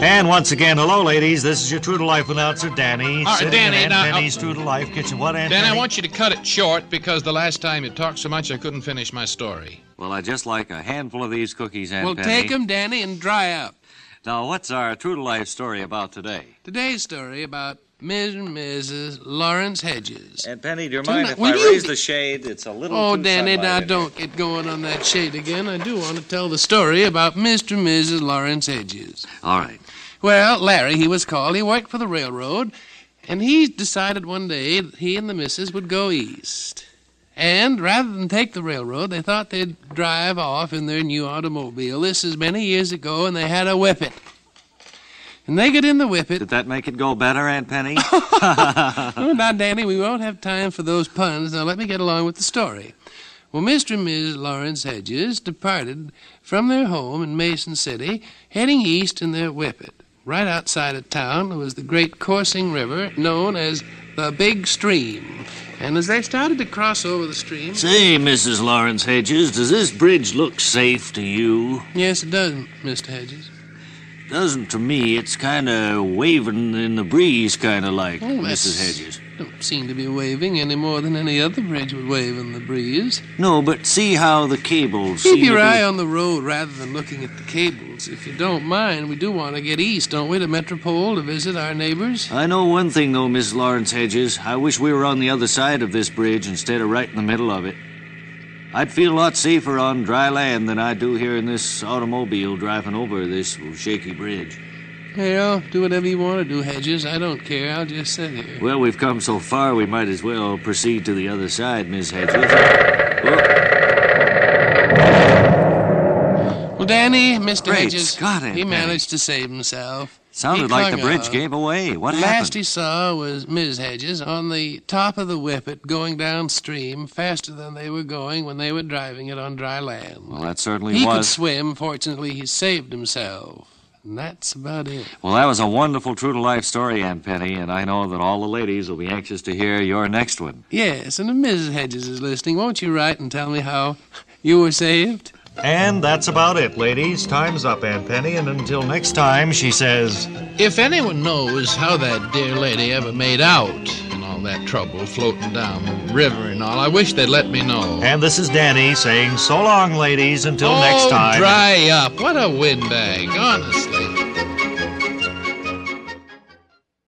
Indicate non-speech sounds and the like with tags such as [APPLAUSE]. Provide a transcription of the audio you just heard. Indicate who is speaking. Speaker 1: And once again, hello, ladies. This is your True to Life announcer, Danny.
Speaker 2: right,
Speaker 1: sitting
Speaker 2: Danny,
Speaker 1: in
Speaker 2: now,
Speaker 1: Aunt Penny's True to Life kitchen. What, Anthony?
Speaker 2: Dan, I want you to cut it short because the last time you talked so much I couldn't finish my story.
Speaker 3: Well, I just like a handful of these cookies, Aunt
Speaker 2: well,
Speaker 3: Penny.
Speaker 2: take 'em, Danny, and dry up.
Speaker 3: Now, what's our true to life story about today?
Speaker 2: Today's story about Ms. and Mrs. Lawrence Hedges.
Speaker 3: Aunt Penny, do you
Speaker 2: mind Tonight- if will I you- raise the
Speaker 3: shade? It's a little.
Speaker 2: Oh, Danny, now don't get going on that shade again. I do want to tell the story about Mr. and Mrs. Lawrence Hedges.
Speaker 3: All right.
Speaker 2: Well, Larry, he was called. He worked for the railroad, and he decided one day that he and the missus would go east. And rather than take the railroad, they thought they'd drive off in their new automobile. This is many years ago, and they had a whippet. And they get in the whippet.
Speaker 3: Did that make it go better, Aunt Penny?
Speaker 2: [LAUGHS] Oh, now, Danny, we won't have time for those puns. Now, let me get along with the story. Well, Mr. and Mrs. Lawrence Hedges departed from their home in Mason City, heading east in their whippet. Right outside of town was the great coursing river known as the Big Stream. And as they started to cross over the stream,
Speaker 1: Say, Mrs. Lawrence Hedges, does this bridge look safe to you?
Speaker 2: yes, it does, Mr. Hedges.
Speaker 1: Doesn't to me. It's kind of waving in the breeze, kind of like,
Speaker 2: Oh, that's- Mrs. Hedges. Don't seem to be waving any more than any other bridge would wave in the breeze.
Speaker 1: No, but see how the cables.
Speaker 2: Keep your eye on the road rather than looking at the cables. If you don't mind, we do want to get east, don't we, to Metropole to visit our neighbors?
Speaker 1: I know one thing, though, Miss Lawrence Hedges. I wish we were on the other side of this bridge instead of right in the middle of it. I'd feel a lot safer on dry land than I do here in this automobile driving over this shaky bridge.
Speaker 2: Well, do whatever you want to do, Hedges. I don't care. I'll just sit here.
Speaker 1: Well, we've come so far, we might as well proceed to the other side, Miss Hedges. Oh,
Speaker 2: Well, Danny, Mr.
Speaker 3: Great
Speaker 2: Hedges,
Speaker 3: Scott, Aunt
Speaker 2: he
Speaker 3: Penny.
Speaker 2: managed to save himself.
Speaker 3: Sounded
Speaker 2: He
Speaker 3: like the
Speaker 2: clung
Speaker 3: bridge
Speaker 2: on.
Speaker 3: gave away. What
Speaker 2: the last
Speaker 3: happened?
Speaker 2: he saw was Ms. Hedges on the top of the whippet going downstream faster than they were going when they were driving it on dry land.
Speaker 3: Well, that certainly
Speaker 2: He could
Speaker 3: was.
Speaker 2: swim. Fortunately, he saved himself. And that's about it.
Speaker 3: Well, that was a wonderful true to life story, Aunt Penny, and I know that all the ladies will be anxious to hear your next one.
Speaker 2: Yes, and if Mrs. Hedges is listening, won't you write and tell me how you were saved?
Speaker 1: And that's about it, ladies. Time's up, Aunt Penny, and until next time, she says.
Speaker 2: If anyone knows how that dear lady ever made out and all that trouble floating down the river and all, I wish they'd let me know.
Speaker 1: And this is Danny saying so long, ladies, until
Speaker 2: oh,
Speaker 1: next time.
Speaker 2: dry up. What a windbag, honestly.